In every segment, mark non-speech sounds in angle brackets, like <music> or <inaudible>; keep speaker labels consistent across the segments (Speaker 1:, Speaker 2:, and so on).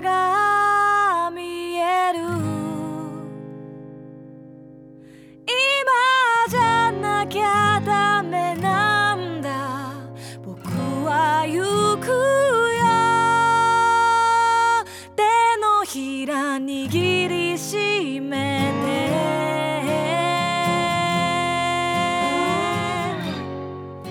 Speaker 1: が見える今じゃなきゃダメなんだ僕は行くよ手のひら握りしめて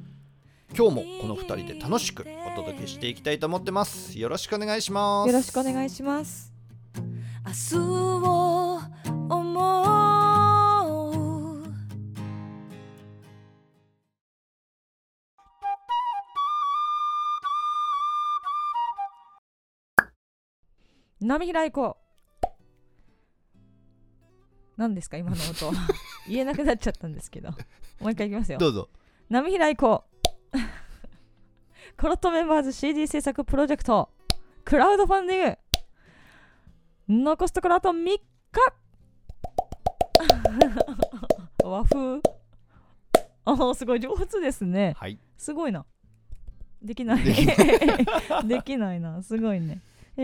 Speaker 2: 今日もこの2人で楽しくお届けしていきたいと思ってますよろしくお願いします
Speaker 3: よろしくお願いします。
Speaker 1: 明日を思う
Speaker 3: 波平ゆ子。何ですか今の
Speaker 2: <laughs>
Speaker 3: 音。言えなくなっちゃったんですけど。もう一回いきますよ。
Speaker 2: どうぞ
Speaker 3: 波平ゆ子。 <laughs> コロットメンバーズ CD 制作プロジェクト。クラウドファンディング。残すところあと3日。 <laughs> 和風。ああ、すごい上手ですね。
Speaker 2: はい
Speaker 3: すごいな。できない。
Speaker 2: でき
Speaker 3: <laughs> できないな。すごいね。え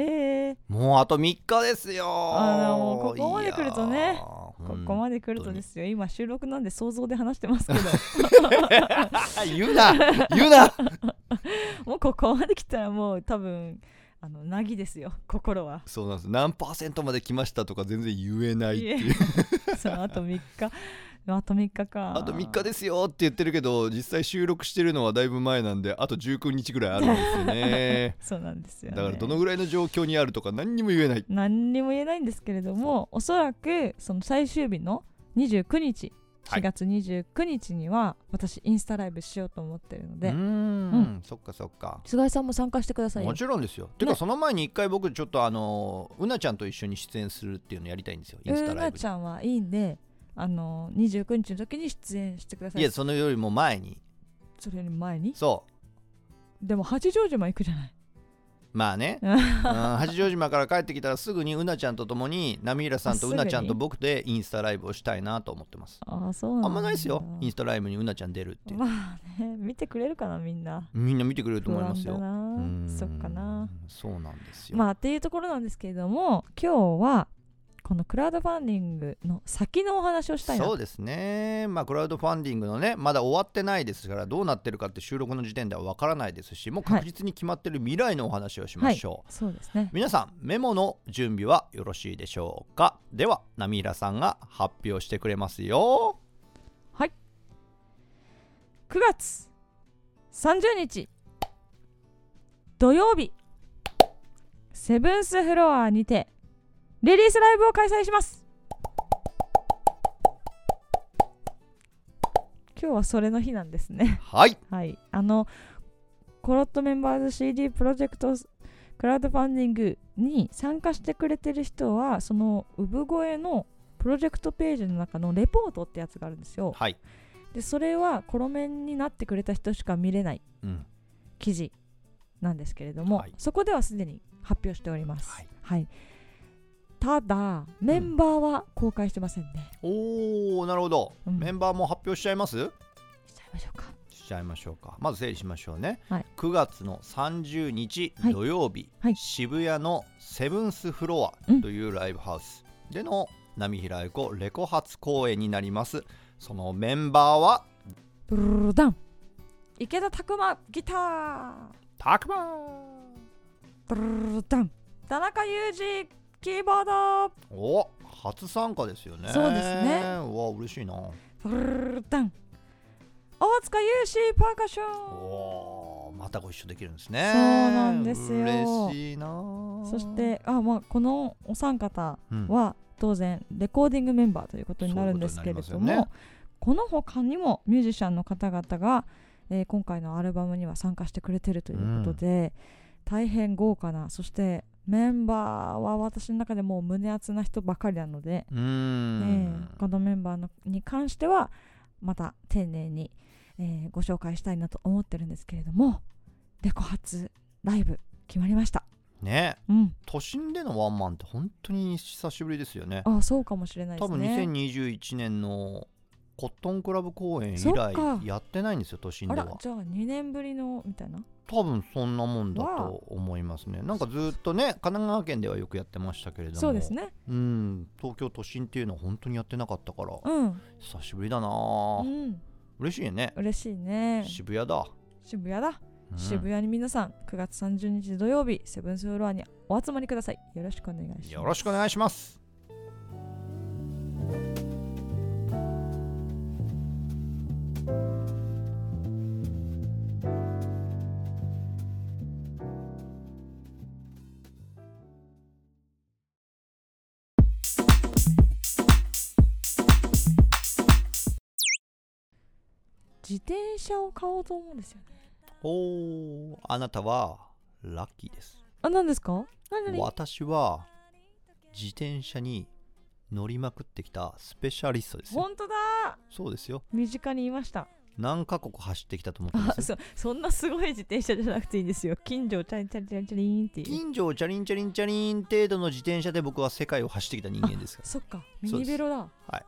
Speaker 3: ー、
Speaker 2: もうあと3日ですよ
Speaker 3: あーもうここまで来るとねここま
Speaker 2: で
Speaker 3: で来るとですよ。今収録なんで想像で話し
Speaker 2: <laughs>
Speaker 3: てますけど、
Speaker 2: 言うな言うな
Speaker 3: もうここまで来たらもう多分、あの、なぎですよ、心は。
Speaker 2: そうなんです何パーセントまで来ましたとか全然言えないっていう
Speaker 3: そのあと3日。あと3日
Speaker 2: <laughs>
Speaker 3: か。
Speaker 2: あと3日ですよって言ってるけど実際収録してるのはだいぶ前なんであと19日ぐらいあるん
Speaker 3: <laughs>
Speaker 2: ですよね
Speaker 3: そうなんですよ、
Speaker 2: だ
Speaker 3: ね。
Speaker 2: からどのぐらいの状況にあるとか何にも言えない
Speaker 3: 何にも言えないんですけれどもおそらくその最終日の29日
Speaker 2: はい
Speaker 3: 4月29日には私インスタライブしようと思ってるので、
Speaker 2: うーん
Speaker 3: うん
Speaker 2: そっかそっか
Speaker 3: 菅井さんも参加してくださいよ
Speaker 2: もちろんですよ。てか
Speaker 3: ね
Speaker 2: その前に一回僕ちょっとあのうなちゃんと一緒に出演するっていうのやりたいんですよインスタ
Speaker 3: う
Speaker 2: ライ
Speaker 3: な
Speaker 2: ブ
Speaker 3: ち
Speaker 2: で。
Speaker 3: ゃんはいいんであの29日の時に出演してくださ
Speaker 2: い
Speaker 3: い
Speaker 2: やそのよりも前に
Speaker 3: それより前に
Speaker 2: そ
Speaker 3: でも八丈島行くじゃないう
Speaker 2: まあ
Speaker 3: <laughs>
Speaker 2: ねうん八丈島から帰ってきたらすぐにうなちゃんと共に波平さんと
Speaker 3: あ
Speaker 2: うなちゃん
Speaker 3: すぐ
Speaker 2: と
Speaker 3: に
Speaker 2: 僕でインスタライブをしたいなと思ってます。
Speaker 3: ああそうなんだ
Speaker 2: あんまないですよインスタライブにうなちゃん出るっていう。
Speaker 3: まあね見てくれるかなみんな
Speaker 2: みんな見てくれると思います
Speaker 3: 不
Speaker 2: よ。う
Speaker 3: 安
Speaker 2: ん
Speaker 3: だなそっかな
Speaker 2: そうなんですよ。
Speaker 3: まあっていうところなんですけれども今日はこのクラウドファンディングの先のお話をしたいなと
Speaker 2: そうですね、まあ、クラウドファンディングのね、まだ終わってないですから、どうなってるかって収録の時点では分からないですし、もう確実に決まってる未来のお話をしましょう。
Speaker 3: そうですね
Speaker 2: 皆さん、メモの準備はよろしいでしょうかでは、波平さんが発表してくれますよ。
Speaker 3: 9月30日土曜日セブンスフロアにてリリースライブを開催します今日はそれの日なんですね <laughs>
Speaker 2: はい、
Speaker 3: はいあのコロットメンバーズ CD プロジェクトクラウドファンディングに参加してくれてる人はその産声のプロジェクトページの中のレポートってやつがあるんですよ
Speaker 2: はい、
Speaker 3: でそれはコロメンになってくれた人しか見れない
Speaker 2: うん、
Speaker 3: 記事なんですけれども、
Speaker 2: はい
Speaker 3: そこではすでに発表しております、
Speaker 2: はい
Speaker 3: はいただメンバーは公開してませんね、
Speaker 2: おー、なるほど、
Speaker 3: うん
Speaker 2: メンバーも発表しちゃいます
Speaker 3: しちゃいましょうか
Speaker 2: しちゃいましょうかまず整理しましょうね、
Speaker 3: はい
Speaker 2: 9月の30日
Speaker 3: はい
Speaker 2: 土曜日、
Speaker 3: はい
Speaker 2: 渋谷のセブンスフロアというライブハウスでの波平愛子レコ発公演になりますそのメンバーは
Speaker 3: ブルルルダン池田拓磨ギター
Speaker 2: たくま
Speaker 3: ブルルルルダン田中裕二キーボー
Speaker 2: お初参加ですよね
Speaker 3: そうですね
Speaker 2: うわ嬉しいな
Speaker 3: ドブルルルルダン大塚優志パーカッション
Speaker 2: おまたご一緒できるんですね
Speaker 3: そうなんですよ
Speaker 2: 嬉しいな
Speaker 3: そしてあ、まあ、このお三方
Speaker 2: うん
Speaker 3: は当然レコーディングメンバーということになるんですけれ
Speaker 2: そういうこと
Speaker 3: ども
Speaker 2: になりますよね
Speaker 3: この他にもミュージシャンの方々が、えー今回のアルバムには参加してくれてるということで、大変豪華なそしてメンバーは私の中でもう胸熱な人ばかりなので、
Speaker 2: うーん
Speaker 3: えーこのメンバーのに関してはまた丁寧に、えーご紹介したいなと思ってるんですけれどもレコ発ライブ決まりました。
Speaker 2: ね
Speaker 3: うん、
Speaker 2: 都心でのワンマンって本当に久しぶりですよね
Speaker 3: あそうかもしれないで
Speaker 2: 多
Speaker 3: す
Speaker 2: 分
Speaker 3: ね。
Speaker 2: 2021年のコットンクラブ公演以
Speaker 3: そっ
Speaker 2: 来
Speaker 3: か
Speaker 2: やってないんですよ都心
Speaker 3: あ
Speaker 2: で
Speaker 3: ら
Speaker 2: は
Speaker 3: じゃあ2年ぶりのみたいな
Speaker 2: 多分そんなもんだと思いますねなんかずっとね神奈川県ではよくやってましたけれども
Speaker 3: そうですね
Speaker 2: うん東京都心っていうのは本当にやってなかったから
Speaker 3: うん、
Speaker 2: 久しぶりだな
Speaker 3: う
Speaker 2: あ
Speaker 3: ん、
Speaker 2: 嬉しいね
Speaker 3: 嬉しいね
Speaker 2: 渋谷だ、
Speaker 3: 渋谷だ、
Speaker 2: うん
Speaker 3: 渋谷に皆さん9月30日土曜日セブンスフロアにお集まりくださいよろしくお願いします
Speaker 2: よろしくお願いします
Speaker 3: 自転車を買おうと思うんですよね
Speaker 2: おーあなたはラッキーです
Speaker 3: あ何ですか何何
Speaker 2: 私は自転車に乗りまくってきたスペシャリストですよ
Speaker 3: 本当だ
Speaker 2: そうですよ
Speaker 3: 身近にいました
Speaker 2: 何カ国走ってきたと思ってま
Speaker 3: あ
Speaker 2: す
Speaker 3: そそんなすごい自転車じゃなくていいんですよ近所をチャリンチャリンチャリンチャリンっていう
Speaker 2: 近所をチャリンチャリンチャリン程度の自転車で僕は世界を走ってきた人間 <laughs> ですから
Speaker 3: そっかミ
Speaker 2: そうです
Speaker 3: ニベロだ
Speaker 2: はい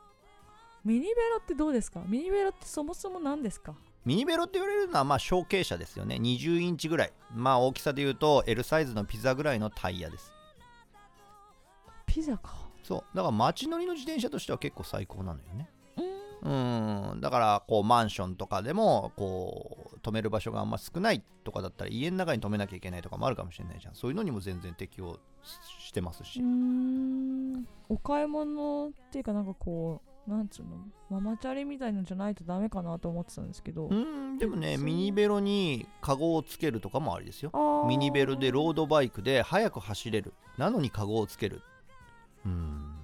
Speaker 3: ミニベロってどうですかミニベロってそもそも何ですか
Speaker 2: ミニベロって言われるのはまあ小径車ですよね20インチぐらいまあ大きさで言うと L サイズのピザぐらいのタイヤです
Speaker 3: ピザか
Speaker 2: そうだから街乗りの自転車としては結構最高なのよね
Speaker 3: うー
Speaker 2: うんだからこうマンションとかでもこう止める場所があんま少ないとかだったら家の中に止めなきゃいけないとかもあるかもしれないじゃんそういうのにも全然適応ししてますし、
Speaker 3: うーんお買い物っていうかなんかこうなんつうのママチャリみたいのじゃないとダメかなと思ってたんですけど
Speaker 2: うんでもね
Speaker 3: そう
Speaker 2: ミニベロにカゴをつけるとかもありですよ
Speaker 3: あー
Speaker 2: ミニベロでロードバイクで速く走れるなのにカゴをつけるうん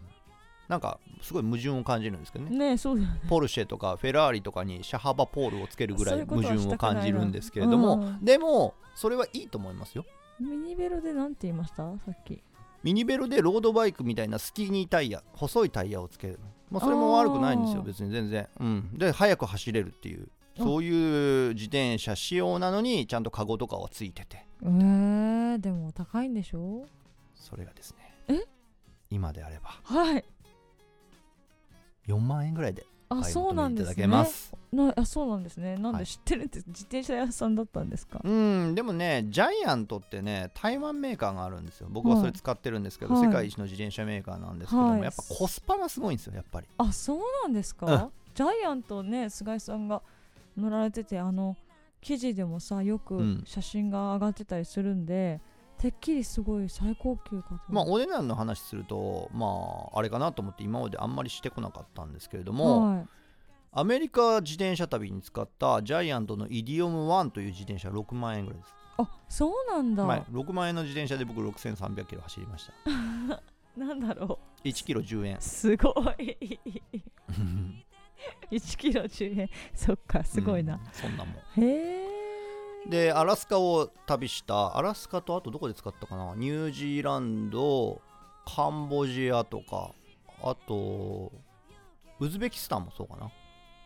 Speaker 2: なんかすごい矛盾を感じるんですけどね
Speaker 3: ねえそうだよ <laughs> ね
Speaker 2: ポルシェとかフェラーリとかに車幅ポールをつけるぐら
Speaker 3: そうい
Speaker 2: いう
Speaker 3: こと
Speaker 2: 矛
Speaker 3: は
Speaker 2: 盾を感じるんですけれど
Speaker 3: したくない
Speaker 2: も
Speaker 3: なう
Speaker 2: でもそれはいいと思いますよ
Speaker 3: ミニベロでなんて言いましたさっき
Speaker 2: ミニベロでロードバイクみたいなスキニータイヤ細いタイヤをつける、まあ、それも悪くないんですよ
Speaker 3: あー
Speaker 2: 別に全然、うん、で速く走れるっていうそういう自転車仕様なのにちゃんとカゴとかはついてて
Speaker 3: えー、でも高いんでしょ
Speaker 2: それがですね
Speaker 3: え
Speaker 2: 今であれば
Speaker 3: はい
Speaker 2: 4万円ぐらいで
Speaker 3: あ、
Speaker 2: 買い
Speaker 3: そうな
Speaker 2: 求
Speaker 3: ん
Speaker 2: めいた
Speaker 3: で
Speaker 2: だ
Speaker 3: す
Speaker 2: け
Speaker 3: ね
Speaker 2: ます
Speaker 3: なあそうなんですねなん
Speaker 2: は
Speaker 3: で
Speaker 2: い
Speaker 3: 知ってるって、自転車屋さんだったんですか
Speaker 2: うんでもねジャイアントってね台湾メーカーがあるんですよ僕はそれ使ってるんですけど、
Speaker 3: はい
Speaker 2: 世界一の自転車メーカーなんですけども、
Speaker 3: はい
Speaker 2: やっぱコスパがすごいんですよやっぱり
Speaker 3: あそうなんですか、
Speaker 2: うん
Speaker 3: ジャイアントね菅井さんが乗られててあの記事でもさよ
Speaker 2: う
Speaker 3: く
Speaker 2: ん
Speaker 3: 写真が上がってたりするんで、てっきりすごい最高級かと
Speaker 2: まあ
Speaker 3: 思っ
Speaker 2: お値段の話するとまああれかなと思って今まであんまりしてこなかったんですけれど
Speaker 3: た
Speaker 2: も、
Speaker 3: はい、
Speaker 2: アメリカ自転車旅に使ったジャイアントのイディオム1という自転車6万円ぐらいです、
Speaker 3: あそうなんだ、
Speaker 2: はい、6万円の自転車で僕6300キロ走りました
Speaker 3: なんだろ
Speaker 2: 1キロ10円
Speaker 3: うすご
Speaker 2: <laughs>
Speaker 3: い1キロ10円 <laughs> そっかすごいな
Speaker 2: うん、そんなもん
Speaker 3: へえ
Speaker 2: でアラスカを旅したアラスカとあとどこで使ったかなニュージーランドカンボジアとかあとウズベキスタンもそうかな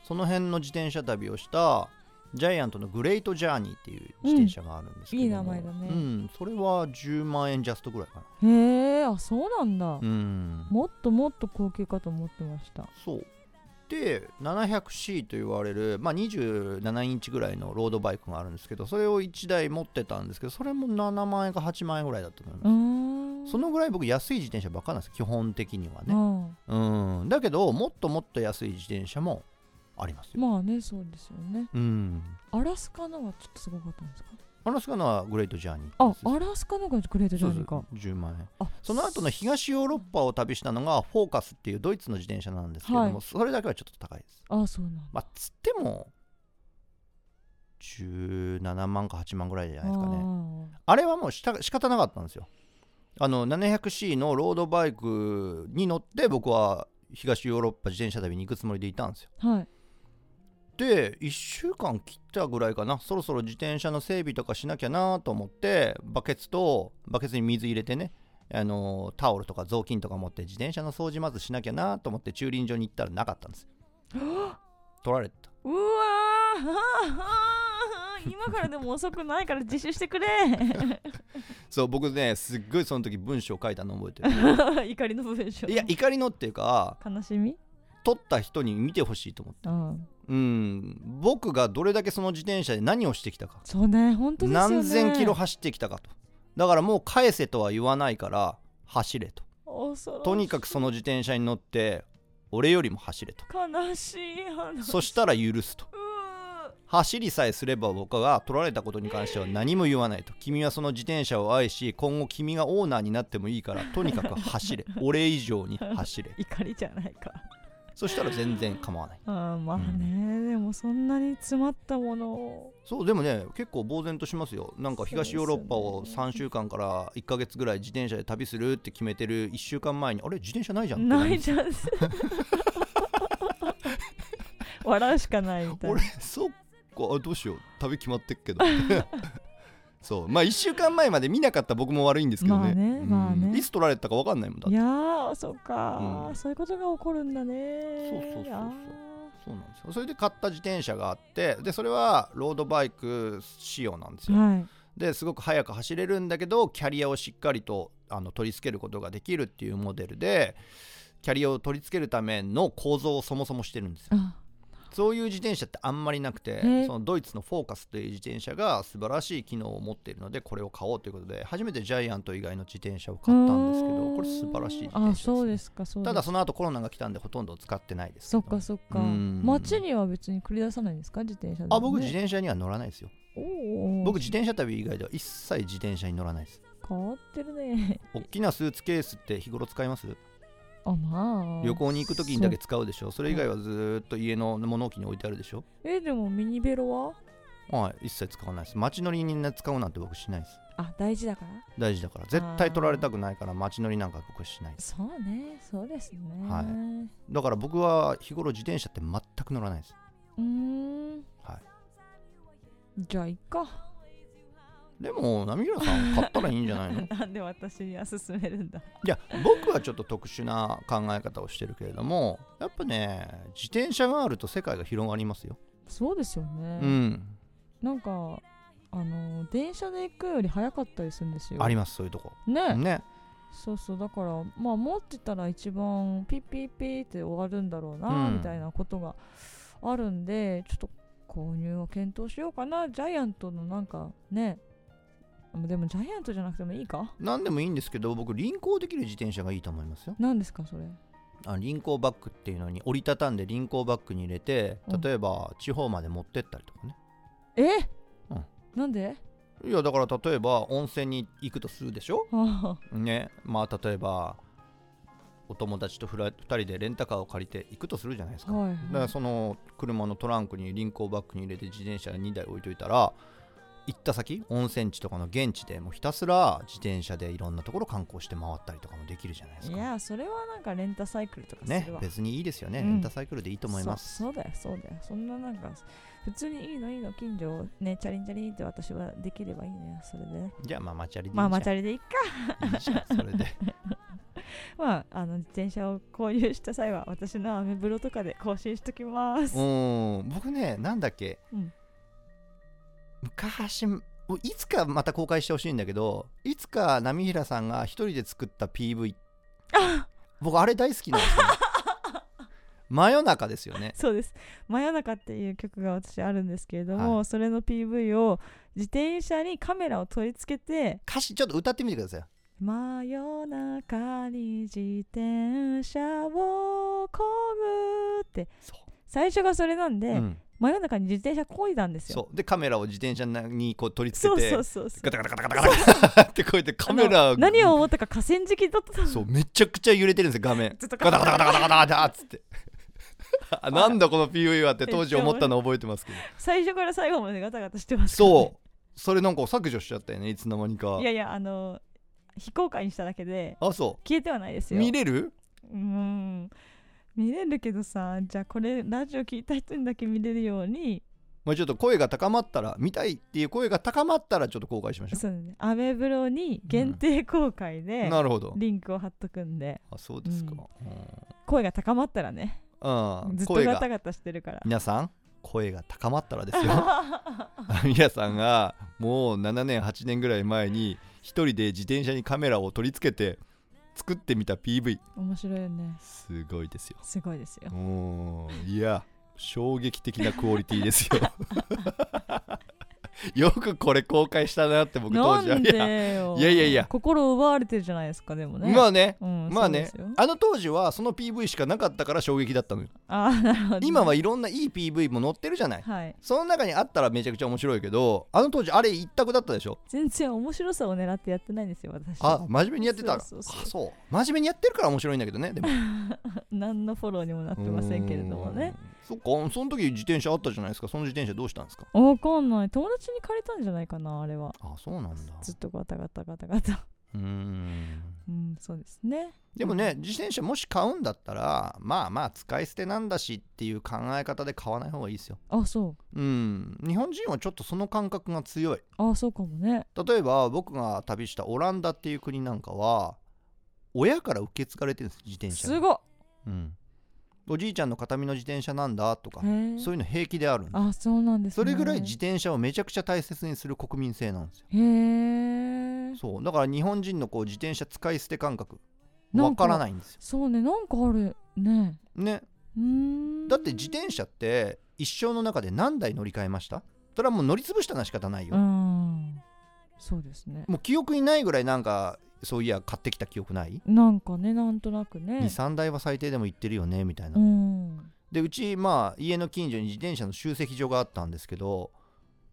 Speaker 2: その辺の自転車旅をしたジャイアントのグレートジャーニーっていう自転車があるんですけども、
Speaker 3: うんいい名前だね
Speaker 2: うんそれは10万円ジャストぐらいかな
Speaker 3: へえあそうなん
Speaker 2: う
Speaker 3: だ、
Speaker 2: ん
Speaker 3: もっともっと高級かと思ってました
Speaker 2: そうで 700C と言われる、まあ、27インチぐらいのロードバイクがあるんですけどそれを1台持ってたんですけどそれも7万円か8万円ぐらいだったと思いうま
Speaker 3: ーん
Speaker 2: すそのぐらい僕安い自転車ばっかなんです基本的にはね
Speaker 3: ね
Speaker 2: うんだけどもっともっと安い自転車もありますよ
Speaker 3: まあねそうですよね
Speaker 2: うん
Speaker 3: アラスカのはちょっとすごかったんですか
Speaker 2: アラスカのはグレートジャーニー
Speaker 3: あ
Speaker 2: です
Speaker 3: アラスカのがグレートジ
Speaker 2: そ
Speaker 3: ャ
Speaker 2: う
Speaker 3: ー
Speaker 2: そう
Speaker 3: ニーか
Speaker 2: 10万円
Speaker 3: あ
Speaker 2: その後の東ヨーロッパを旅したのがフォーカスっていうドイツの自転車なんですけれども、
Speaker 3: はい
Speaker 2: それだけはちょっと高いです
Speaker 3: あそうなんだ
Speaker 2: まあ、つっても、17万か8万ぐらいじゃないですかね。
Speaker 3: あ
Speaker 2: あれはもうした仕方なかったんですよ。あの 700C のロードバイクに乗って僕は東ヨーロッパ自転車旅に行くつもりでいたんですよ
Speaker 3: はい
Speaker 2: で1週間切ったぐらいかなそろそろ自転車の整備とかしなきゃなと思ってバケツとバケツに水入れてねあのタオルとか雑巾とか持って自転車の掃除まずしなきゃなと思って駐輪場に行ったらなかったんですよ取られてた
Speaker 3: うわー今からでも遅くないから自首してくれ <laughs>
Speaker 2: そう僕ねすっごいその時文章書いたの覚えて
Speaker 3: 怒りの文章
Speaker 2: るいや怒りのっていうか
Speaker 3: 悲しみ
Speaker 2: 撮った人に見てほしいと思って
Speaker 3: うん
Speaker 2: うん僕がどれだけその自転車で何をしてきたか、
Speaker 3: そうね本当ですよね
Speaker 2: 何千キロ走ってきたかとだからもう返せとは言わないから走れと
Speaker 3: 恐ろしい
Speaker 2: とにかくその自転車に乗って俺よりも走れと
Speaker 3: 悲しい話
Speaker 2: そしたら許すと
Speaker 3: うー
Speaker 2: 走りさえすれば僕が取られたことに関しては何も言わないと君はその自転車を愛し今後君がオーナーになってもいいからとにかく走れ俺以上に走れ
Speaker 3: 怒りじゃないか
Speaker 2: そしたら全然構わない
Speaker 3: あーまあね、でもそんなに詰まったものを
Speaker 2: そうでもね結構呆然としますよなんか東ヨーロッパ
Speaker 3: そう
Speaker 2: を
Speaker 3: ですよね
Speaker 2: 3週間から1ヶ月ぐらい自転車で旅するって決めてる1週間前にあれ自転車ないじゃんってな
Speaker 3: な
Speaker 2: りま
Speaker 3: い
Speaker 2: す
Speaker 3: じゃん <laughs> 笑うしかないみたい
Speaker 2: 俺
Speaker 3: な
Speaker 2: そっかあどうしよう旅決まってっけど <laughs> そうまあ1週間前まで見なかった僕も悪いんですけどね,、
Speaker 3: まあね
Speaker 2: うん
Speaker 3: まあね
Speaker 2: いつ取られたか分かんないもんだっ
Speaker 3: い
Speaker 2: て
Speaker 3: やーそっか、
Speaker 2: うん
Speaker 3: そういうことが起こるんだね
Speaker 2: そうそうそうそう
Speaker 3: あ
Speaker 2: そうなんですよそれで買った自転車があってでそれはロードバイク仕様なんです
Speaker 3: ー
Speaker 2: よ
Speaker 3: はい
Speaker 2: ですごく速く走れるんだけどキャリアをしっかりとあの取り付けることができるっていうモデルでキャリアを取り付けるための構造をそもそもしてるんですよ
Speaker 3: あ
Speaker 2: そういう自転車ってあんまりなくて
Speaker 3: へえ
Speaker 2: そのドイツのフォーカスという自転車が素晴らしい機能を持っているのでこれを買おうということで初めてジャイアント以外の自転車を買ったんですけ
Speaker 3: うー
Speaker 2: ど
Speaker 3: ん
Speaker 2: これ素晴らしい自転車
Speaker 3: あ
Speaker 2: です,、ね
Speaker 3: そうですかそうです
Speaker 2: ただその後コロナが来たんでほとんど使ってないですけ
Speaker 3: そ
Speaker 2: ど
Speaker 3: っかそっか
Speaker 2: うん
Speaker 3: 街には別に繰り出さないんですか自転車でもね、
Speaker 2: あ僕自転車には乗らないですよ
Speaker 3: おー
Speaker 2: 僕自転車旅以外では一切自転車に乗らないです
Speaker 3: 変わって
Speaker 2: <laughs>
Speaker 3: るね
Speaker 2: 大きなスーツケースって日頃使います
Speaker 3: あまあ
Speaker 2: 旅行に行く時にだけ
Speaker 3: そう
Speaker 2: 使うでしょそれ以外はずーっと家の物置に置いてあるでしょ
Speaker 3: えでもミニベロは
Speaker 2: はい一切使わないです街乗りにね使うなんて僕しないです
Speaker 3: あ大事だから
Speaker 2: 大事だから絶対取られたくないから街乗りなんか僕しないです
Speaker 3: そうねそうですね
Speaker 2: はいうだから僕は日頃自転車って全く乗らないです
Speaker 3: ーん
Speaker 2: はい
Speaker 3: じゃあいっか
Speaker 2: でも波平さん買ったらいいんじゃ <laughs> ないのい
Speaker 3: <laughs> なんで私には勧めるんだ
Speaker 2: や僕はちょっと特殊な考え方をしてるけれどもやっぱね自転車があると世界が広がりますよ
Speaker 3: そうですよね、
Speaker 2: うん
Speaker 3: なんかあの電車で行くより早かったりするんですよ
Speaker 2: ありますそういうとこ
Speaker 3: ね、
Speaker 2: ね
Speaker 3: そうそうだからまあ持ってたら一番ピッピッピッって終わるんだろうな、
Speaker 2: うん
Speaker 3: みたいなことがあるんでちょっと購入を検討しようかなジャイアントのなんかねでもジャイアントじゃなくてもいいか
Speaker 2: 何でもいいんですけど僕輪行できる自転車がいいと思いますよ
Speaker 3: 何ですかそれ
Speaker 2: あ輪行バッグっていうのに折りたたんで輪行バッグに入れて
Speaker 3: うん
Speaker 2: 例えば地方まで持ってったりとかね、
Speaker 3: え、
Speaker 2: うん
Speaker 3: なんで
Speaker 2: いやだから例えば温泉に行くとするでしょ
Speaker 3: あ
Speaker 2: ねまあ例えばお友達とふら2人でレンタカーを借りて行くとするじゃないです
Speaker 3: あ
Speaker 2: か、
Speaker 3: はい
Speaker 2: だからその車のトランクに輪行バッグに入れて自転車2台置いといたら行った先温泉地とかの現地でもうひたすら自転車でいろんなところ観光して回ったりとかもできるじゃないです
Speaker 3: い
Speaker 2: か
Speaker 3: やそれはなんかレンタサイクルとかす
Speaker 2: ね
Speaker 3: るわ、
Speaker 2: 別にいいですよね、
Speaker 3: うん
Speaker 2: レンタサイクルでいいと思います
Speaker 3: そうそうだよそうだよそんななんか普通にいいのいいの近所をねチャリンチャリンって私はできればいいのよそれでね
Speaker 2: じゃあまあマチャリでいいじ
Speaker 3: ま
Speaker 2: ゃ
Speaker 3: あ
Speaker 2: ん、
Speaker 3: マチャリでいいか <laughs>
Speaker 2: いいじゃんそれで
Speaker 3: まあ、あの自転車を購入した際は私のアメブロとかで更新しときま
Speaker 2: <laughs>
Speaker 3: す。
Speaker 2: う
Speaker 3: は
Speaker 2: ーん僕ねなんだっけ、
Speaker 3: うん
Speaker 2: 昔もういつかまた公開してほしいんだけどいつか波平さんが一人で作った
Speaker 3: <laughs>
Speaker 2: PV 僕あれ大好きなんですよ、ね、真夜中ですよね
Speaker 3: そうです「真夜中」っていう曲が私あるんですけれども、
Speaker 2: は
Speaker 3: それの PV を自転車にカメラを取り付けて
Speaker 2: 歌詞ちょっと歌ってみてください
Speaker 3: 「真夜中に自転車をこぐ」って
Speaker 2: そ
Speaker 3: 最初がそれなんで、
Speaker 2: う,、ん、
Speaker 3: 真夜中に自転車こいだんですよ。
Speaker 2: そうでカメラを自転車にこう取り付
Speaker 3: そ
Speaker 2: け
Speaker 3: う
Speaker 2: て
Speaker 3: そうそうそう
Speaker 2: ガタガタガタガタガタってこうやってカメ
Speaker 3: あの
Speaker 2: ラ
Speaker 3: 何を思ったか河川敷だった
Speaker 2: そうめちゃくちゃ揺れてるんですよ画面
Speaker 3: ずっと
Speaker 2: ガタガタガタガタガタガタっつってあなんだこの PV はって当時思ったの覚えてますけど
Speaker 3: 最初から最後までガタガタしてますからね <laughs>
Speaker 2: そうそれなんか削除しちゃったよねいつの間にか
Speaker 3: いやいやあの非公開にしただけで
Speaker 2: あそ
Speaker 3: 消えてはないです
Speaker 2: う
Speaker 3: よ
Speaker 2: 見れる
Speaker 3: うん見れるけどさじゃあこれラジオ聞いた人にだけ見れるように
Speaker 2: まあちょっと声が高まったら見たいっていう声が高まったらちょっと公開しましょ
Speaker 3: そうだねアメブロに限定公開
Speaker 2: う、
Speaker 3: で
Speaker 2: なるほど
Speaker 3: リンクを貼っとくんで
Speaker 2: あそうですか、
Speaker 3: 声が高まったらね
Speaker 2: うんうん
Speaker 3: ずっと
Speaker 2: 声
Speaker 3: ガ
Speaker 2: が
Speaker 3: タガタしてるから
Speaker 2: 皆さん声が高まったらです
Speaker 3: <laughs>
Speaker 2: よ皆さんがもう7年8年ぐらい前に一人で自転車にカメラを取り付けて作ってみた PV
Speaker 3: 面白いよね
Speaker 2: すごいですよ
Speaker 3: すごいですよ
Speaker 2: おーいや衝撃的なクオリティです
Speaker 3: <laughs>
Speaker 2: よよくこれ公開したなって僕当
Speaker 3: な
Speaker 2: 時は
Speaker 3: ん
Speaker 2: いや
Speaker 3: でよ
Speaker 2: いやいやいや
Speaker 3: 心奪われてるじゃないですかでもね
Speaker 2: まあね
Speaker 3: うん
Speaker 2: まあ
Speaker 3: そうで
Speaker 2: ね
Speaker 3: すよ
Speaker 2: あの当時はその PV しかなかったから衝撃だったのよ
Speaker 3: あーなるほどね
Speaker 2: 今はいろんないい PV も載ってるじゃない
Speaker 3: はい
Speaker 2: その中にあったらめちゃくちゃ面白いけどあの当時あれ一択だったでしょ
Speaker 3: 全然面白さを狙ってやってないんですよ私
Speaker 2: あ真面目にやってた
Speaker 3: そうそうそう
Speaker 2: あそう真面目にやってるから面白いんだけどね
Speaker 3: <laughs>
Speaker 2: でも
Speaker 3: 何のフォローにもなってませんけれどもね
Speaker 2: うーんそっかその時自転車あったじゃないですかその自転車どうしたんですか
Speaker 3: わかんない友達に借りたんじゃないかなあれは
Speaker 2: あそうなんだ
Speaker 3: ずっとガタガタガタガタ
Speaker 2: うーん
Speaker 3: うんそうですね
Speaker 2: でもね自転車もし買うんだったらまあまあ使い捨てなんだしっていう考え方で買わない方がいいですよ
Speaker 3: あそ
Speaker 2: うん日本人はちょっとその感覚が強いう
Speaker 3: あそうかもね
Speaker 2: 例えば僕が旅したオランダっていう国なんかは親から受け継がれてるんです自転車が
Speaker 3: すごっ
Speaker 2: うん、おじいちゃんの形見の自転車なんだとか
Speaker 3: へー
Speaker 2: そういうの平気であるんで
Speaker 3: あそうなんです、ね、
Speaker 2: それぐらい自転車をめちゃくちゃ大切にする国民性なんですよ
Speaker 3: へえ
Speaker 2: そうだから日本人のこう自転車使い捨て感覚
Speaker 3: な
Speaker 2: わ
Speaker 3: ん
Speaker 2: か
Speaker 3: から
Speaker 2: ないんですよ、
Speaker 3: そうねなんかあるね
Speaker 2: ね、
Speaker 3: うーん
Speaker 2: だって自転車って一生の中で何台乗り換えましたそれはもう乗り潰したのは仕方ないよ、
Speaker 3: うんそうですね
Speaker 2: もう記憶にないぐらいなんかそういや買ってきた記憶ない、
Speaker 3: なんかねなんとなくね
Speaker 2: 23台は最低でも行ってるよねみたいな、
Speaker 3: うん
Speaker 2: でうちまあ家の近所に自転車の集積所があったんですけど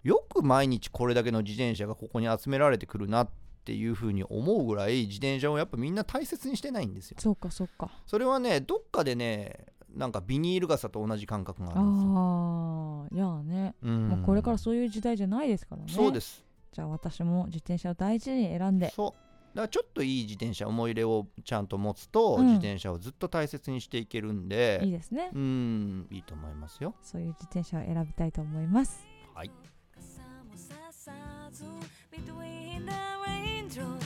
Speaker 2: よく毎日これだけの自転車がここに集められてくるなっていうふうに思うぐらい自転車をやっぱみんな大切にしてないんですよ
Speaker 3: そうかそうか
Speaker 2: それはねどっかでねなんかビニール傘と同じ感覚があ
Speaker 3: あ
Speaker 2: るんですよ
Speaker 3: あーいやあね
Speaker 2: うん
Speaker 3: まあ、これからそういう時代じゃないですからね。
Speaker 2: そうです
Speaker 3: じゃあ私も自転車を大事に選んで。
Speaker 2: そうだからちょっといい自転車思い入れをちゃんと持つと、
Speaker 3: うん
Speaker 2: 自転車をずっと大切にしていけるんで
Speaker 3: いいですね。
Speaker 2: うんいいと思いますよ
Speaker 3: そういう自転車を選びたいと思います。
Speaker 2: はい
Speaker 1: 傘もささず Between the raindrop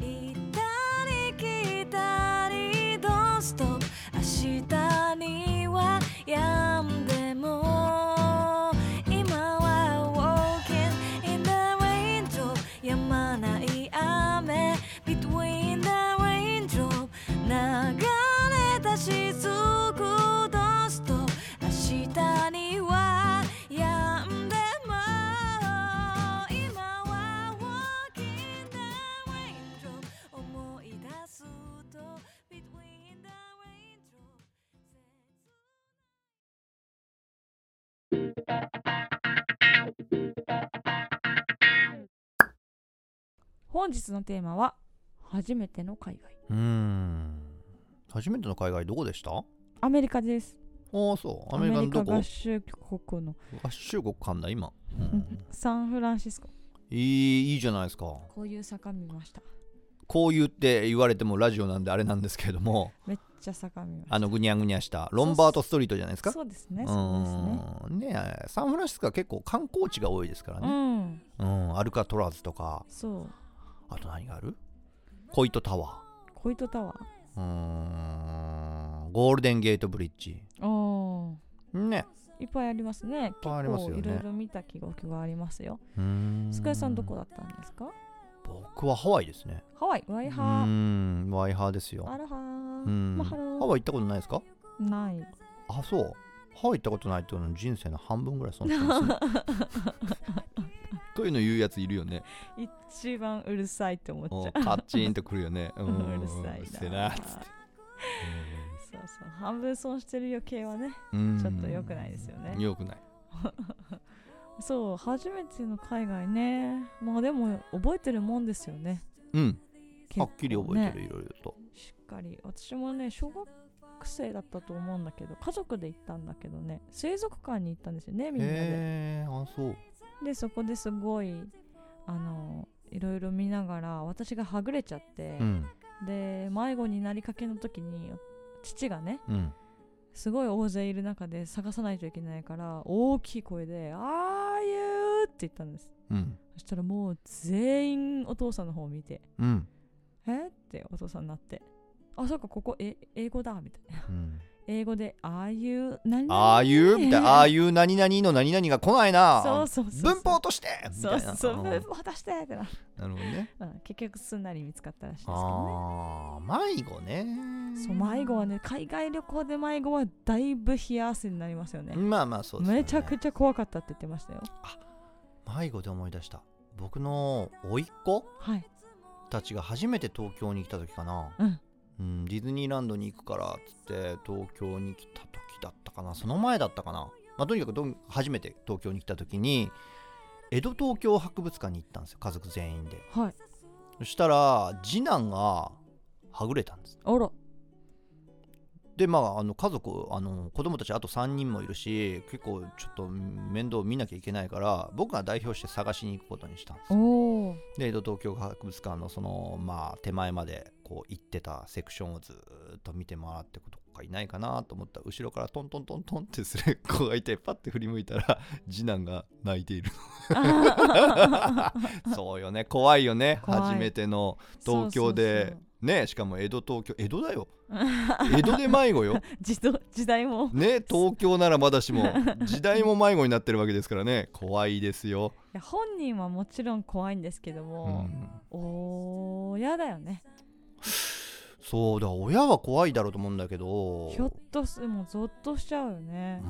Speaker 1: 行ったり来たり Don't stop 明日には止んでも今は Walking in the raindrop 止まない雨 Between the raindrop 流れたしずく Don't stop 明日には止んでも今は Walking the raindrop 思い出すと Between the raindrop
Speaker 3: 本日のテーマは初めての海外。
Speaker 2: うん初めての海外どこでした
Speaker 3: アメリカです。
Speaker 2: ああそうアメリカのどこ
Speaker 3: 合衆国の
Speaker 2: 合衆国かんだ
Speaker 3: <laughs>
Speaker 2: 今、うん
Speaker 3: サンフランシスコ。
Speaker 2: いいいいじゃないですか
Speaker 3: こういう坂見ました。
Speaker 2: こう言って言われてもラジオなんであれなんですけれども
Speaker 3: めっちゃ坂見ました。
Speaker 2: あのぐにゃぐにゃしたロンバートストリートじゃないですか
Speaker 3: そうですね。そうですね。
Speaker 2: うんねえサンフランシスコは結構観光地が多いですから
Speaker 3: う
Speaker 2: ね、
Speaker 3: ん。
Speaker 2: うんアルカトラズとか
Speaker 3: そう。
Speaker 2: あと何があるコイトタワ
Speaker 3: コイトタワ
Speaker 2: ーうんゴールデンゲートブリッジ
Speaker 3: ー。お
Speaker 2: ね
Speaker 3: いっぱいありますね。
Speaker 2: いっぱいありますよね
Speaker 3: 結構いろいろ見た記憶がありますよ。
Speaker 2: うん
Speaker 3: スカイさんどこだったんですか
Speaker 2: 僕はハワイですね
Speaker 3: ハワイ、ワイハ
Speaker 2: う
Speaker 3: ー。
Speaker 2: んワイハーですよ
Speaker 3: アロハー。
Speaker 2: うん
Speaker 3: マ
Speaker 2: ハ
Speaker 3: ハロ
Speaker 2: ワ
Speaker 3: ー
Speaker 2: イ行ったことないですか
Speaker 3: ない。 <laughs>
Speaker 2: あそう歯行ったことないっていうの人生の半分ぐらい損してます
Speaker 3: <laughs>
Speaker 2: ねこういうの言うやついるよね
Speaker 3: 一番うるさいって思っちゃう。
Speaker 2: もうカッチンとくるよ
Speaker 3: <laughs>
Speaker 2: ねう
Speaker 3: うんんうるさ
Speaker 2: うる
Speaker 3: い
Speaker 2: せえ
Speaker 3: な。
Speaker 2: なっつって
Speaker 3: そうそう。半分損してる余計はね、
Speaker 2: うん
Speaker 3: ちょっと良くないですよね。
Speaker 2: 良くない
Speaker 3: そう、初めての海外ね。まあでも覚えてるもんですよね。
Speaker 2: うん
Speaker 3: 結構
Speaker 2: はっきり覚えてる
Speaker 3: ね
Speaker 2: いろいろと
Speaker 3: しっかり。私もね、小学生だったと思うんだけど、家族で行ったんだけどね、水族館に行ったんですよね、みんなで。
Speaker 2: へえあそう
Speaker 3: でそこですごいあのいろいろ見ながら私がはぐれちゃって
Speaker 2: う、ん
Speaker 3: で迷子になりかけの時に父がね
Speaker 2: うん
Speaker 3: すごい大勢いる中で探さないといけないから大きい声で「ああいう」って言ったんです
Speaker 2: うん
Speaker 3: そしたらもう全員お父さんの方を見て
Speaker 2: うん
Speaker 3: 「えっ?」てお父さんになって「あそうかここえ英語だ」みたいな
Speaker 2: うん
Speaker 3: 英語で「ああいう何々
Speaker 2: ああいうみたいなああいう何々の何々が来ないな
Speaker 3: そうそうそうそう
Speaker 2: 文法としてみ
Speaker 3: そ
Speaker 2: た
Speaker 3: う
Speaker 2: いな
Speaker 3: そううん文法出してってな、
Speaker 2: なるほどね
Speaker 3: うん、結局すんなり見つかったらしいですけどね
Speaker 2: ああー迷子ね
Speaker 3: そう迷子はね海外旅行で迷子はだいぶ冷や汗になりますよね
Speaker 2: まあまあそうですよね
Speaker 3: めちゃくちゃ怖かったって言ってましたよ
Speaker 2: 迷子で思い出した僕の甥っ子
Speaker 3: はい
Speaker 2: たちが初めて東京に来た時かな、
Speaker 3: うん
Speaker 2: うんディズニーランドに行くからっつって東京に来た時だったかなその前だったかな、まあ、とにかくどん初めて東京に来た時に江戸東京博物館に行ったんですよ家族全員で
Speaker 3: はい
Speaker 2: そしたら次男がはぐれたんです
Speaker 3: あら
Speaker 2: でまああの家族あの子供たちあと3人もいるし結構ちょっと面倒見なきゃいけないから僕が代表して探しに行くことにしたんですよ
Speaker 3: おお
Speaker 2: で江戸東京博物館のそのまあ手前までこう行ってたセクションをずーっと見て回ってことかいないかなと思ったら後ろからトントントントンってする子がいて <laughs> パッて振り向いた
Speaker 3: <laughs>
Speaker 2: ら次男が泣いているそうよね怖いよね
Speaker 3: 怖い
Speaker 2: 初めての <laughs> 東京でねしかも江戸東京江戸だよ江戸で迷
Speaker 3: <laughs>
Speaker 2: 子よ
Speaker 3: 時代時代も
Speaker 2: ね東京ならまだしも時代も迷子になってるわけですからね怖いですよ、
Speaker 3: いや本人はもちろん怖いんですけど
Speaker 2: う
Speaker 3: も、
Speaker 2: ん、
Speaker 3: 親だよね
Speaker 2: そうだ親は怖いだろうと思うんだけど
Speaker 3: ひょっとすもうゾッとしちゃうよね
Speaker 2: う、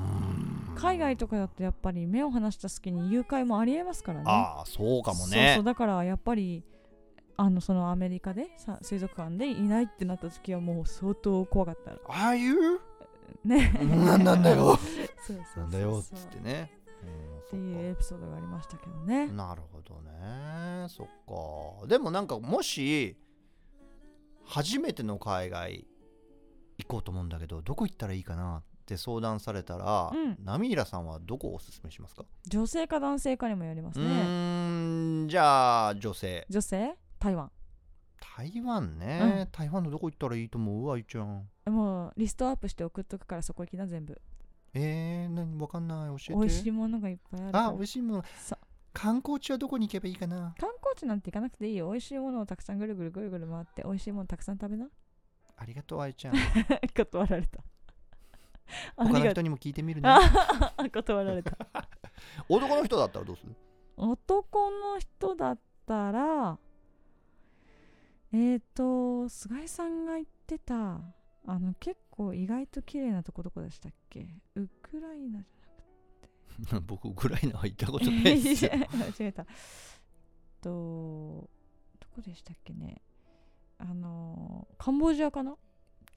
Speaker 2: ん
Speaker 3: 海外とかだとやっぱり目を離した隙に誘拐もありえますからね
Speaker 2: ああそうかもね
Speaker 3: そうそうだからやっぱりあのそのアメリカでさ水族館でいないってなった時はもう相当怖かったら
Speaker 2: ああいう
Speaker 3: ね
Speaker 2: なんなんだよ
Speaker 3: そうそうそうそう
Speaker 2: なんだよっつってねうん
Speaker 3: っていう
Speaker 2: そっ
Speaker 3: エピソードがありましたけどね
Speaker 2: かなるほどねそっかでもなんかもし初めての海外行こうと思うんだけどどこ行ったらいいかなって相談されたら、
Speaker 3: うん
Speaker 2: ナミイラさんはどこをおすすめしますか
Speaker 3: 女性か男性かにもよります
Speaker 2: う
Speaker 3: ね
Speaker 2: ーんじゃあ女性
Speaker 3: 女性台湾
Speaker 2: 台湾ね、台湾のどこ行ったらいいと思うあいちゃん
Speaker 3: もうリストアップして送っとくからそこ行きな全部
Speaker 2: えー、何わかんない教えて
Speaker 3: 美味しいものがいっぱいあるから
Speaker 2: あ美味しいもの
Speaker 3: そう
Speaker 2: 観光地はどこに行けばいいかな
Speaker 3: 観光地なんて行かなくていいよ美味しいものをたくさんぐるぐるぐるぐる回って美味しいものたくさん食べな <laughs>
Speaker 2: ありがとう愛ちゃん
Speaker 3: 断られたあ
Speaker 2: 他
Speaker 3: り
Speaker 2: の
Speaker 3: がと
Speaker 2: 人にも聞いてみるね
Speaker 3: う <laughs> 断られた
Speaker 2: <laughs> 男の人だったらどうする
Speaker 3: 男の人だったらえっ、と菅井さんが言ってたあの結構意外と綺麗なとこどこでしたっけウクライナじ
Speaker 2: <laughs> 僕ウクライナは行ったこ
Speaker 3: ゃ
Speaker 2: とないで
Speaker 3: <laughs> い
Speaker 2: す
Speaker 3: や間違えたえっとどこでしたっけねあのカンボジアかな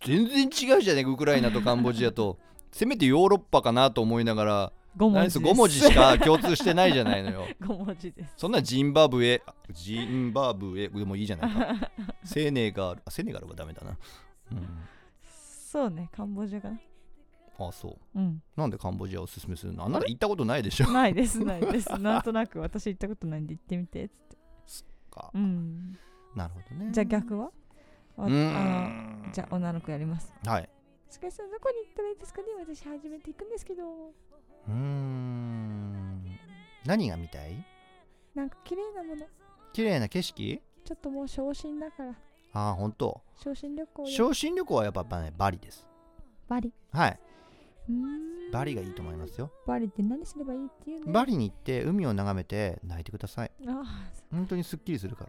Speaker 2: 全然違うじゃねえかウクライナとカンボジア
Speaker 3: <laughs>
Speaker 2: とせめてヨーロッパかなと思いながら
Speaker 3: 5文
Speaker 2: 何
Speaker 3: 字
Speaker 2: せ
Speaker 3: です
Speaker 2: 5文
Speaker 3: <laughs>
Speaker 2: 字しか共通してないじゃないのよ
Speaker 3: 5文字です
Speaker 2: そんなジンバブエジンバブエでもいいじゃないかセネガルあセネガルはダメだな、うん、
Speaker 3: そうねカンボジアかな
Speaker 2: あそう
Speaker 3: うん
Speaker 2: なんでカンボジアをおすすめするのあんなの行ったことないでしょ
Speaker 3: ないですないです
Speaker 2: <laughs>
Speaker 3: なんとなく私行ったことないんで行ってみて
Speaker 2: か
Speaker 3: うん
Speaker 2: なるほどね
Speaker 3: じゃあ逆は
Speaker 2: う
Speaker 3: わあの
Speaker 2: ーん
Speaker 3: じゃあ女の子やります。
Speaker 2: はい
Speaker 3: スカイさんどこに行ったらいいですかね私初めて行くんですけど
Speaker 2: うーん何が見たい
Speaker 3: なんか綺麗なもの
Speaker 2: 綺麗な景色
Speaker 3: ちょっともう昇進だから
Speaker 2: ああ本当
Speaker 3: 昇進旅行や
Speaker 2: 昇進旅行はやっぱねバリです
Speaker 3: バリ
Speaker 2: は
Speaker 3: うーん
Speaker 2: いバリがいいと思いますよ
Speaker 3: バリって何すればいいっていうの
Speaker 2: バ
Speaker 3: リ
Speaker 2: リに行って海を眺めて泣いてください
Speaker 3: あ
Speaker 2: 本当にすっきりするか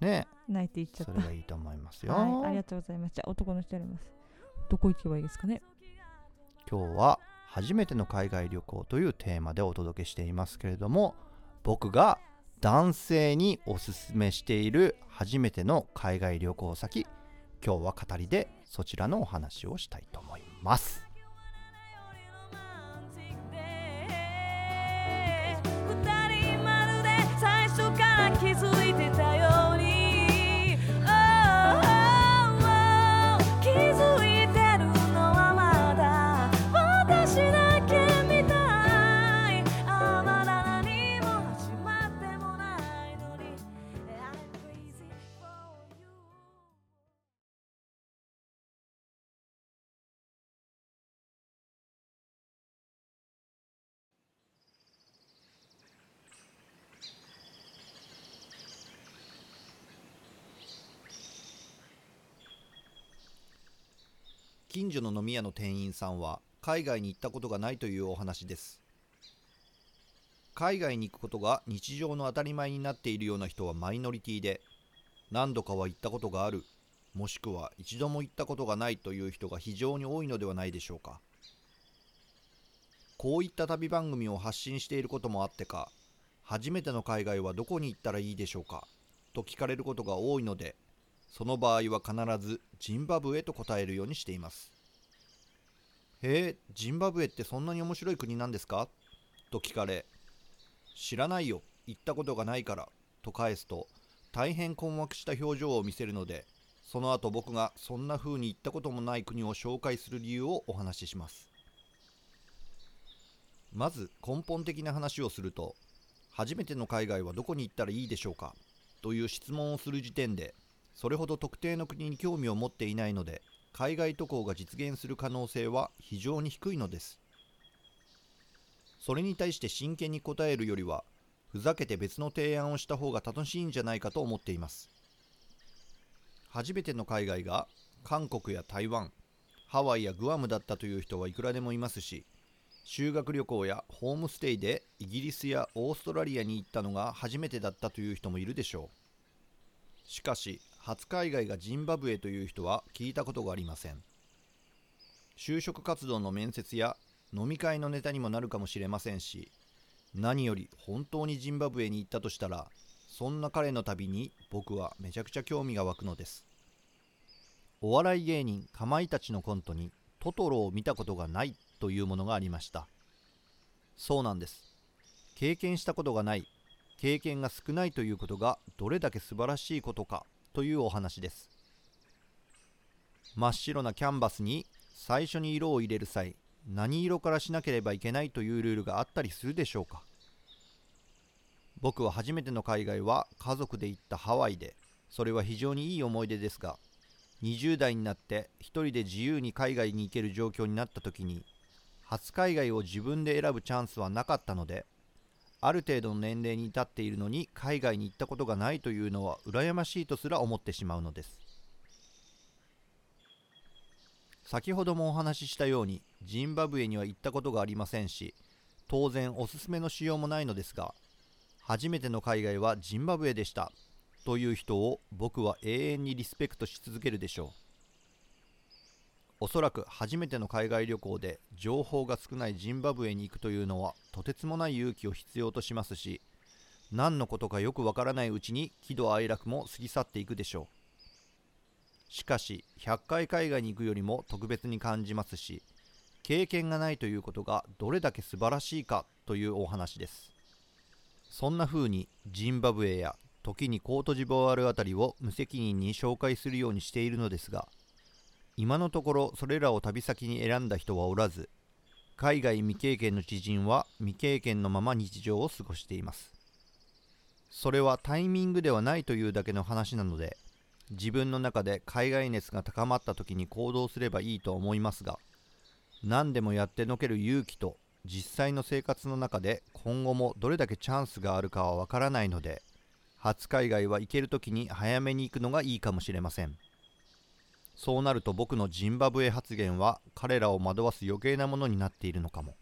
Speaker 2: らね
Speaker 3: あ泣いていっちゃ
Speaker 2: そ
Speaker 3: っ
Speaker 2: れがいいと思います
Speaker 3: た
Speaker 2: よ、
Speaker 3: はいありがとうございました男の人やりますどこ行けばいいですかね
Speaker 2: 今日は初めての海外旅行というテーマでお届けしていますけれども僕が男性におすすめしている初めての海外旅行先今日は語りでそちらのお話をしたいと思います
Speaker 1: 二人まるで最初から気づいてたように Oh, oh, oh 気づいてるのはまだ私だけみたいあまだ何も始まってもないのに
Speaker 2: 近所の飲み屋の店員さんは海外に行ったことがないというお話です海外に行くことが日常の当たり前になっているような人はマイノリティで何度かは行ったことがあるもしくは一度も行ったことがないという人が非常に多いのではないでしょうかこういった旅番組を発信していることもあってか初めての海外はどこに行ったらいいでしょうかと聞かれることが多いのでその場合は必ずジンバブエと答えるようにしていますへえジンバブエってそんなに面白い国なんですかと聞かれ知らないよ行ったことがないからと返すと大変困惑した表情を見せるのでその後僕がそんな風に行ったこともない国を紹介する理由をお話ししますまず根本的な話をすると初めての海外はどこに行ったらいいでしょうかという質問をする時点でそれほど特定の国に興味を持っていないので海外渡航が実現する可能性は非常に低いのですそれに対して真剣に答えるよりはふざけて別の提案をした方が楽しいんじゃないかと思っています初めての海外が韓国や台湾ハワイやグアムだったという人はいくらでもいますし修学旅行やホームステイでイギリスやオーストラリアに行ったのが初めてだったという人もいるでしょうしかし初海外がジンバブエという人は聞いたことがありません就職活動の面接や飲み会のネタにもなるかもしれませんし何より本当にジンバブエに行ったとしたらそんな彼の旅に僕はめちゃくちゃ興味が湧くのですお笑い芸人かまいたちのコントにトトロを見たことがないというものがありましたそうなんです経験したことがない経験が少ないということがどれだけ素晴らしいことかというお話です真っ白なキャンバスに最初に色を入れる際何色からしなければいけないというルールがあったりするでしょうか僕は初めての海外は家族で行ったハワイでそれは非常にいい思い出ですが20代になって一人で自由に海外に行ける状況になった時に初海外を自分で選ぶチャンスはなかったのである程度の年齢に至っているのに海外に行ったことがないというのは羨ましいとすら思ってしまうのです先ほどもお話ししたようにジンバブエには行ったことがありませんし当然おすすめのしようもないのですが初めての海外はジンバブエでしたという人を僕は永遠にリスペクトし続けるでしょうおそらく初めての海外旅行で情報が少ないジンバブエに行くというのはとてつもない勇気を必要としますし何のことかよくわからないうちに喜怒哀楽も過ぎ去っていくでしょうしかし100回海外に行くよりも特別に感じますし経験がないということがどれだけ素晴らしいかというお話ですそんな風にジンバブエや時にコートジボワールあたりを無責任に紹介するようにしているのですが今のところそれらを旅先に選んだ人はおらず海外未経験の知人は未経験のまま日常を過ごしていますそれはタイミングではないというだけの話なので自分の中で海外熱が高まった時に行動すればいいと思いますが何でもやってのける勇気と実際の生活の中で今後もどれだけチャンスがあるかはわからないので初海外は行ける時に早めに行くのがいいかもしれませんそうなると僕のジンバブエ発言は彼らを惑わす余計なものになっているのかも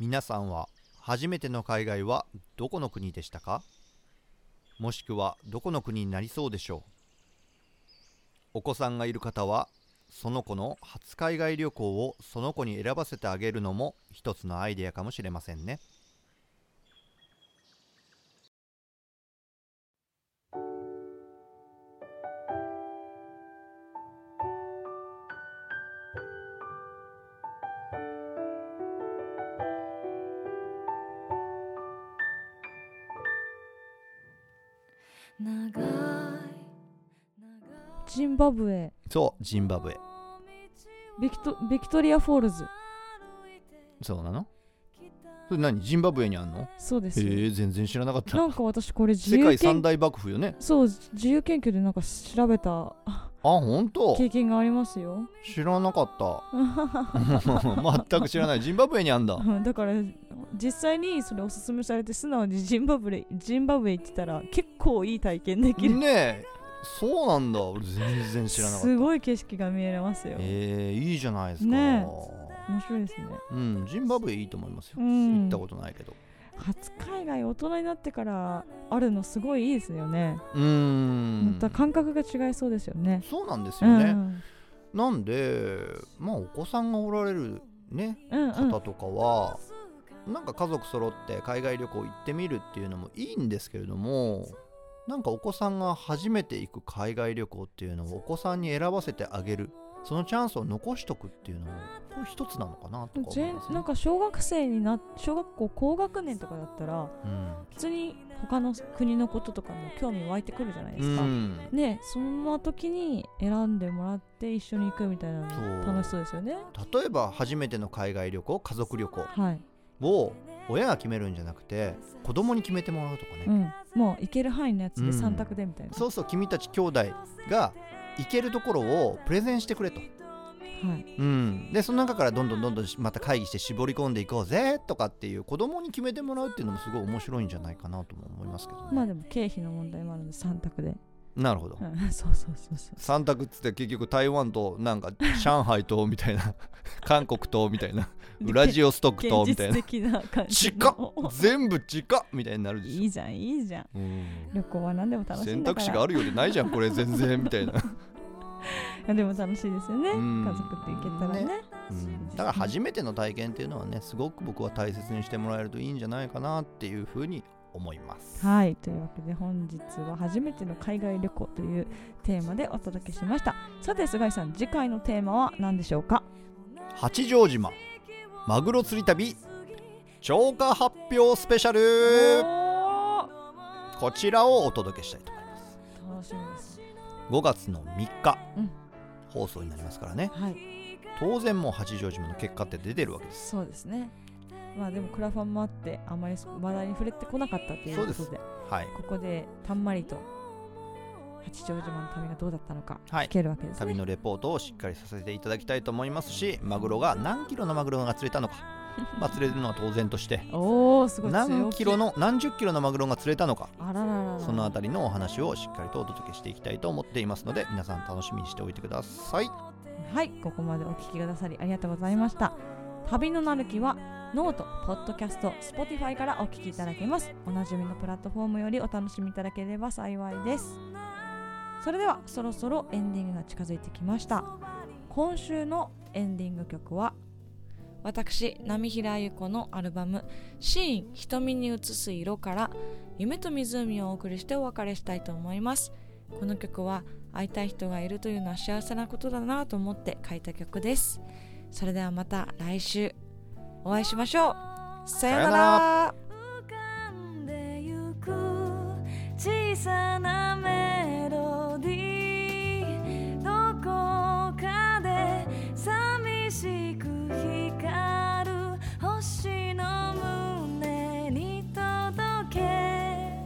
Speaker 2: 皆さんは初めての海外はどこの国でしたかもしくはどこの国になりそうでしょうお子さんがいる方はその子の初海外旅行をその子に選ばせてあげるのも一つのアイデアかもしれませんね
Speaker 1: 長い
Speaker 3: ジンバブエ
Speaker 2: そうジンバブエ
Speaker 3: ビクトビクトリアフォールズ
Speaker 2: そうなのそれ何ジンバブエにあんのへ
Speaker 3: そうですよ
Speaker 2: え全然知らなかった
Speaker 3: なんか私これ自
Speaker 2: 世
Speaker 3: 由
Speaker 2: 界三
Speaker 3: 研
Speaker 2: 大幕府よね
Speaker 3: そう自由研究でなんか調べた
Speaker 2: あ本当
Speaker 3: 経験がありますよ
Speaker 2: 知らなかった <laughs> 全く知らないジンバブエにあんだ
Speaker 3: だから実際にそれおすすめされて素直にジンバブエジンバブエ行ってたら結構いい体験できる
Speaker 2: ねえそうなんだ俺全然知らなかった
Speaker 3: すごい景色が見えますよ、
Speaker 2: えー、いいじゃないですか、
Speaker 3: ね面白いですね
Speaker 2: うんジンバブエいいと思いますよ、
Speaker 3: うん
Speaker 2: 行ったことないけど
Speaker 3: 初海外大人になってからあるのすごいいいですよね、
Speaker 2: うーん
Speaker 3: また感覚が違いそうですよね
Speaker 2: そうなんです
Speaker 3: う
Speaker 2: よ
Speaker 3: ん
Speaker 2: ね、なんでまあお子さんがおられるね
Speaker 3: うんうん
Speaker 2: 方とかは、なんか家族揃って海外旅行行ってみるっていうのもいいんですけれどもなんかお子さんが初めて行く海外旅行っていうのをお子さんに選ばせてあげるそのチャンスを残しとくっていうのもこれ一つなのかなとか
Speaker 3: ジ
Speaker 2: 思い
Speaker 3: ェン
Speaker 2: ますね
Speaker 3: なんか小学生にな小学校高学年とかだったら普通に他の国のこととかも興味湧いてくるじゃないで
Speaker 2: うん
Speaker 3: すか、
Speaker 2: うん
Speaker 3: ねそんな時に選んでもらって一緒に行くみたいな
Speaker 2: そう
Speaker 3: の楽しそうですよね
Speaker 2: 例えば初めての海外旅行家族旅行
Speaker 3: はい、
Speaker 2: を親が決めるんじゃなくて子供に決めてもらうとかね、
Speaker 3: うん、もう行ける範囲のやつ
Speaker 2: うん
Speaker 3: で3択でみたいな、
Speaker 2: そうそう君たち兄弟が行けるところをプレゼンしてくれと、
Speaker 3: はい、
Speaker 2: うん、でその中からどんどんどんどんまた会議して絞り込んでいこうぜとかっていう子供に決めてもらうっていうのもすごい面白いんじゃないかなとも思いますけど、ね
Speaker 3: まあでも経費の問題もあるので3択で、
Speaker 2: なるほど、
Speaker 3: うん、 <laughs> そうそうそうそう
Speaker 2: 三択っつって結局台湾となんか上海とみたい <laughs> な韓国とみたいなウラジオストクと
Speaker 3: 現
Speaker 2: みたい
Speaker 3: 実
Speaker 2: な
Speaker 3: 的な感じ
Speaker 2: 近っ
Speaker 3: の
Speaker 2: 全部近っみたいになるでし
Speaker 3: いいじゃんいいじゃん
Speaker 2: ょ、うん
Speaker 3: 旅行は何でも楽しいん
Speaker 2: 選
Speaker 3: だ
Speaker 2: 択
Speaker 3: から
Speaker 2: 肢があるようでないじゃんこれ全然みたいな、
Speaker 3: いやでも楽しいですよね、
Speaker 2: うん
Speaker 3: 家族って行けたらね
Speaker 2: ねうん、だから初めての体験っていうのはねすごく僕は大切にしてもらえるといいんじゃないかなっていうふうに思います
Speaker 3: はいというわけで本日は初めての海外旅行というテーマでお届けしましたさて菅井さん次回のテーマは何でしょうか
Speaker 2: 八丈島マグロ釣り旅超過発表スペシャル
Speaker 3: おー
Speaker 2: こちらをお届けしたいと思います
Speaker 3: 楽しみです
Speaker 2: 5月の3日、
Speaker 3: うん
Speaker 2: 放送になりますからね
Speaker 3: はい
Speaker 2: 当然もう八丈島の結果って出てるわけです
Speaker 3: そうですねまあでもクラファンもあってあまり話題に触れてこなかったということで
Speaker 2: そうはい
Speaker 3: ここでたんまりと八丈島の旅がどうだったのか
Speaker 2: はい
Speaker 3: 聞けるわけですね、
Speaker 2: 旅のレポートをしっかりさせていただきたいと思いますしマグロが何キロのマグロが釣れたのかまあ釣れるのは当然として
Speaker 3: おおすごい
Speaker 2: 何キロ
Speaker 3: の
Speaker 2: の何十キロのマグロが釣れたのか
Speaker 3: あらららら
Speaker 2: そのあたりのお話をしっかりとお届けしていきたいと思っていますので皆さん楽しみにしておいてください
Speaker 3: はい、ここまでお聞きくださりありがとうございました。旅のなるきはノート、ポッドキャスト、Spotify からお聞きいただけます。おなじみのプラットフォームよりお楽しみいただければ幸いです。それではそろそろエンディングが近づいてきました。今週のエンディング曲は私、波平優子のアルバム「シーン瞳に映す色」から「夢と湖」をお送りしてお別れしたいと思います。この曲は会いたい人がいるというのは幸せなことだなと思って書いた曲ですそれではまた来週お会いしましょうさよ
Speaker 2: さよ
Speaker 3: うな
Speaker 2: う
Speaker 3: ら
Speaker 1: 浮かんでゆく小さなメロディーどこかで寂しく光る星の胸に届け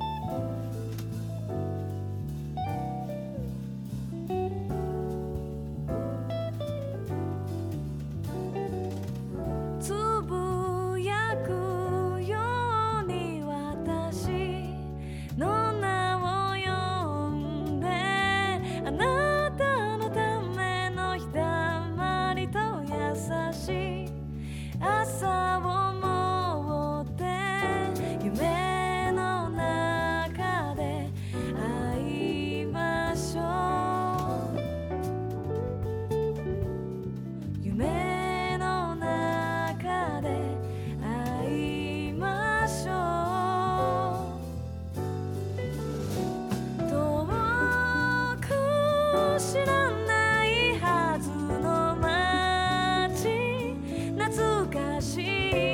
Speaker 1: つぶやくように私の名を呼んであなたのための日だまりと優しい朝を持って夢の中で会いましょう夢の中で会いましょう遠く知らないはずの街懐かしい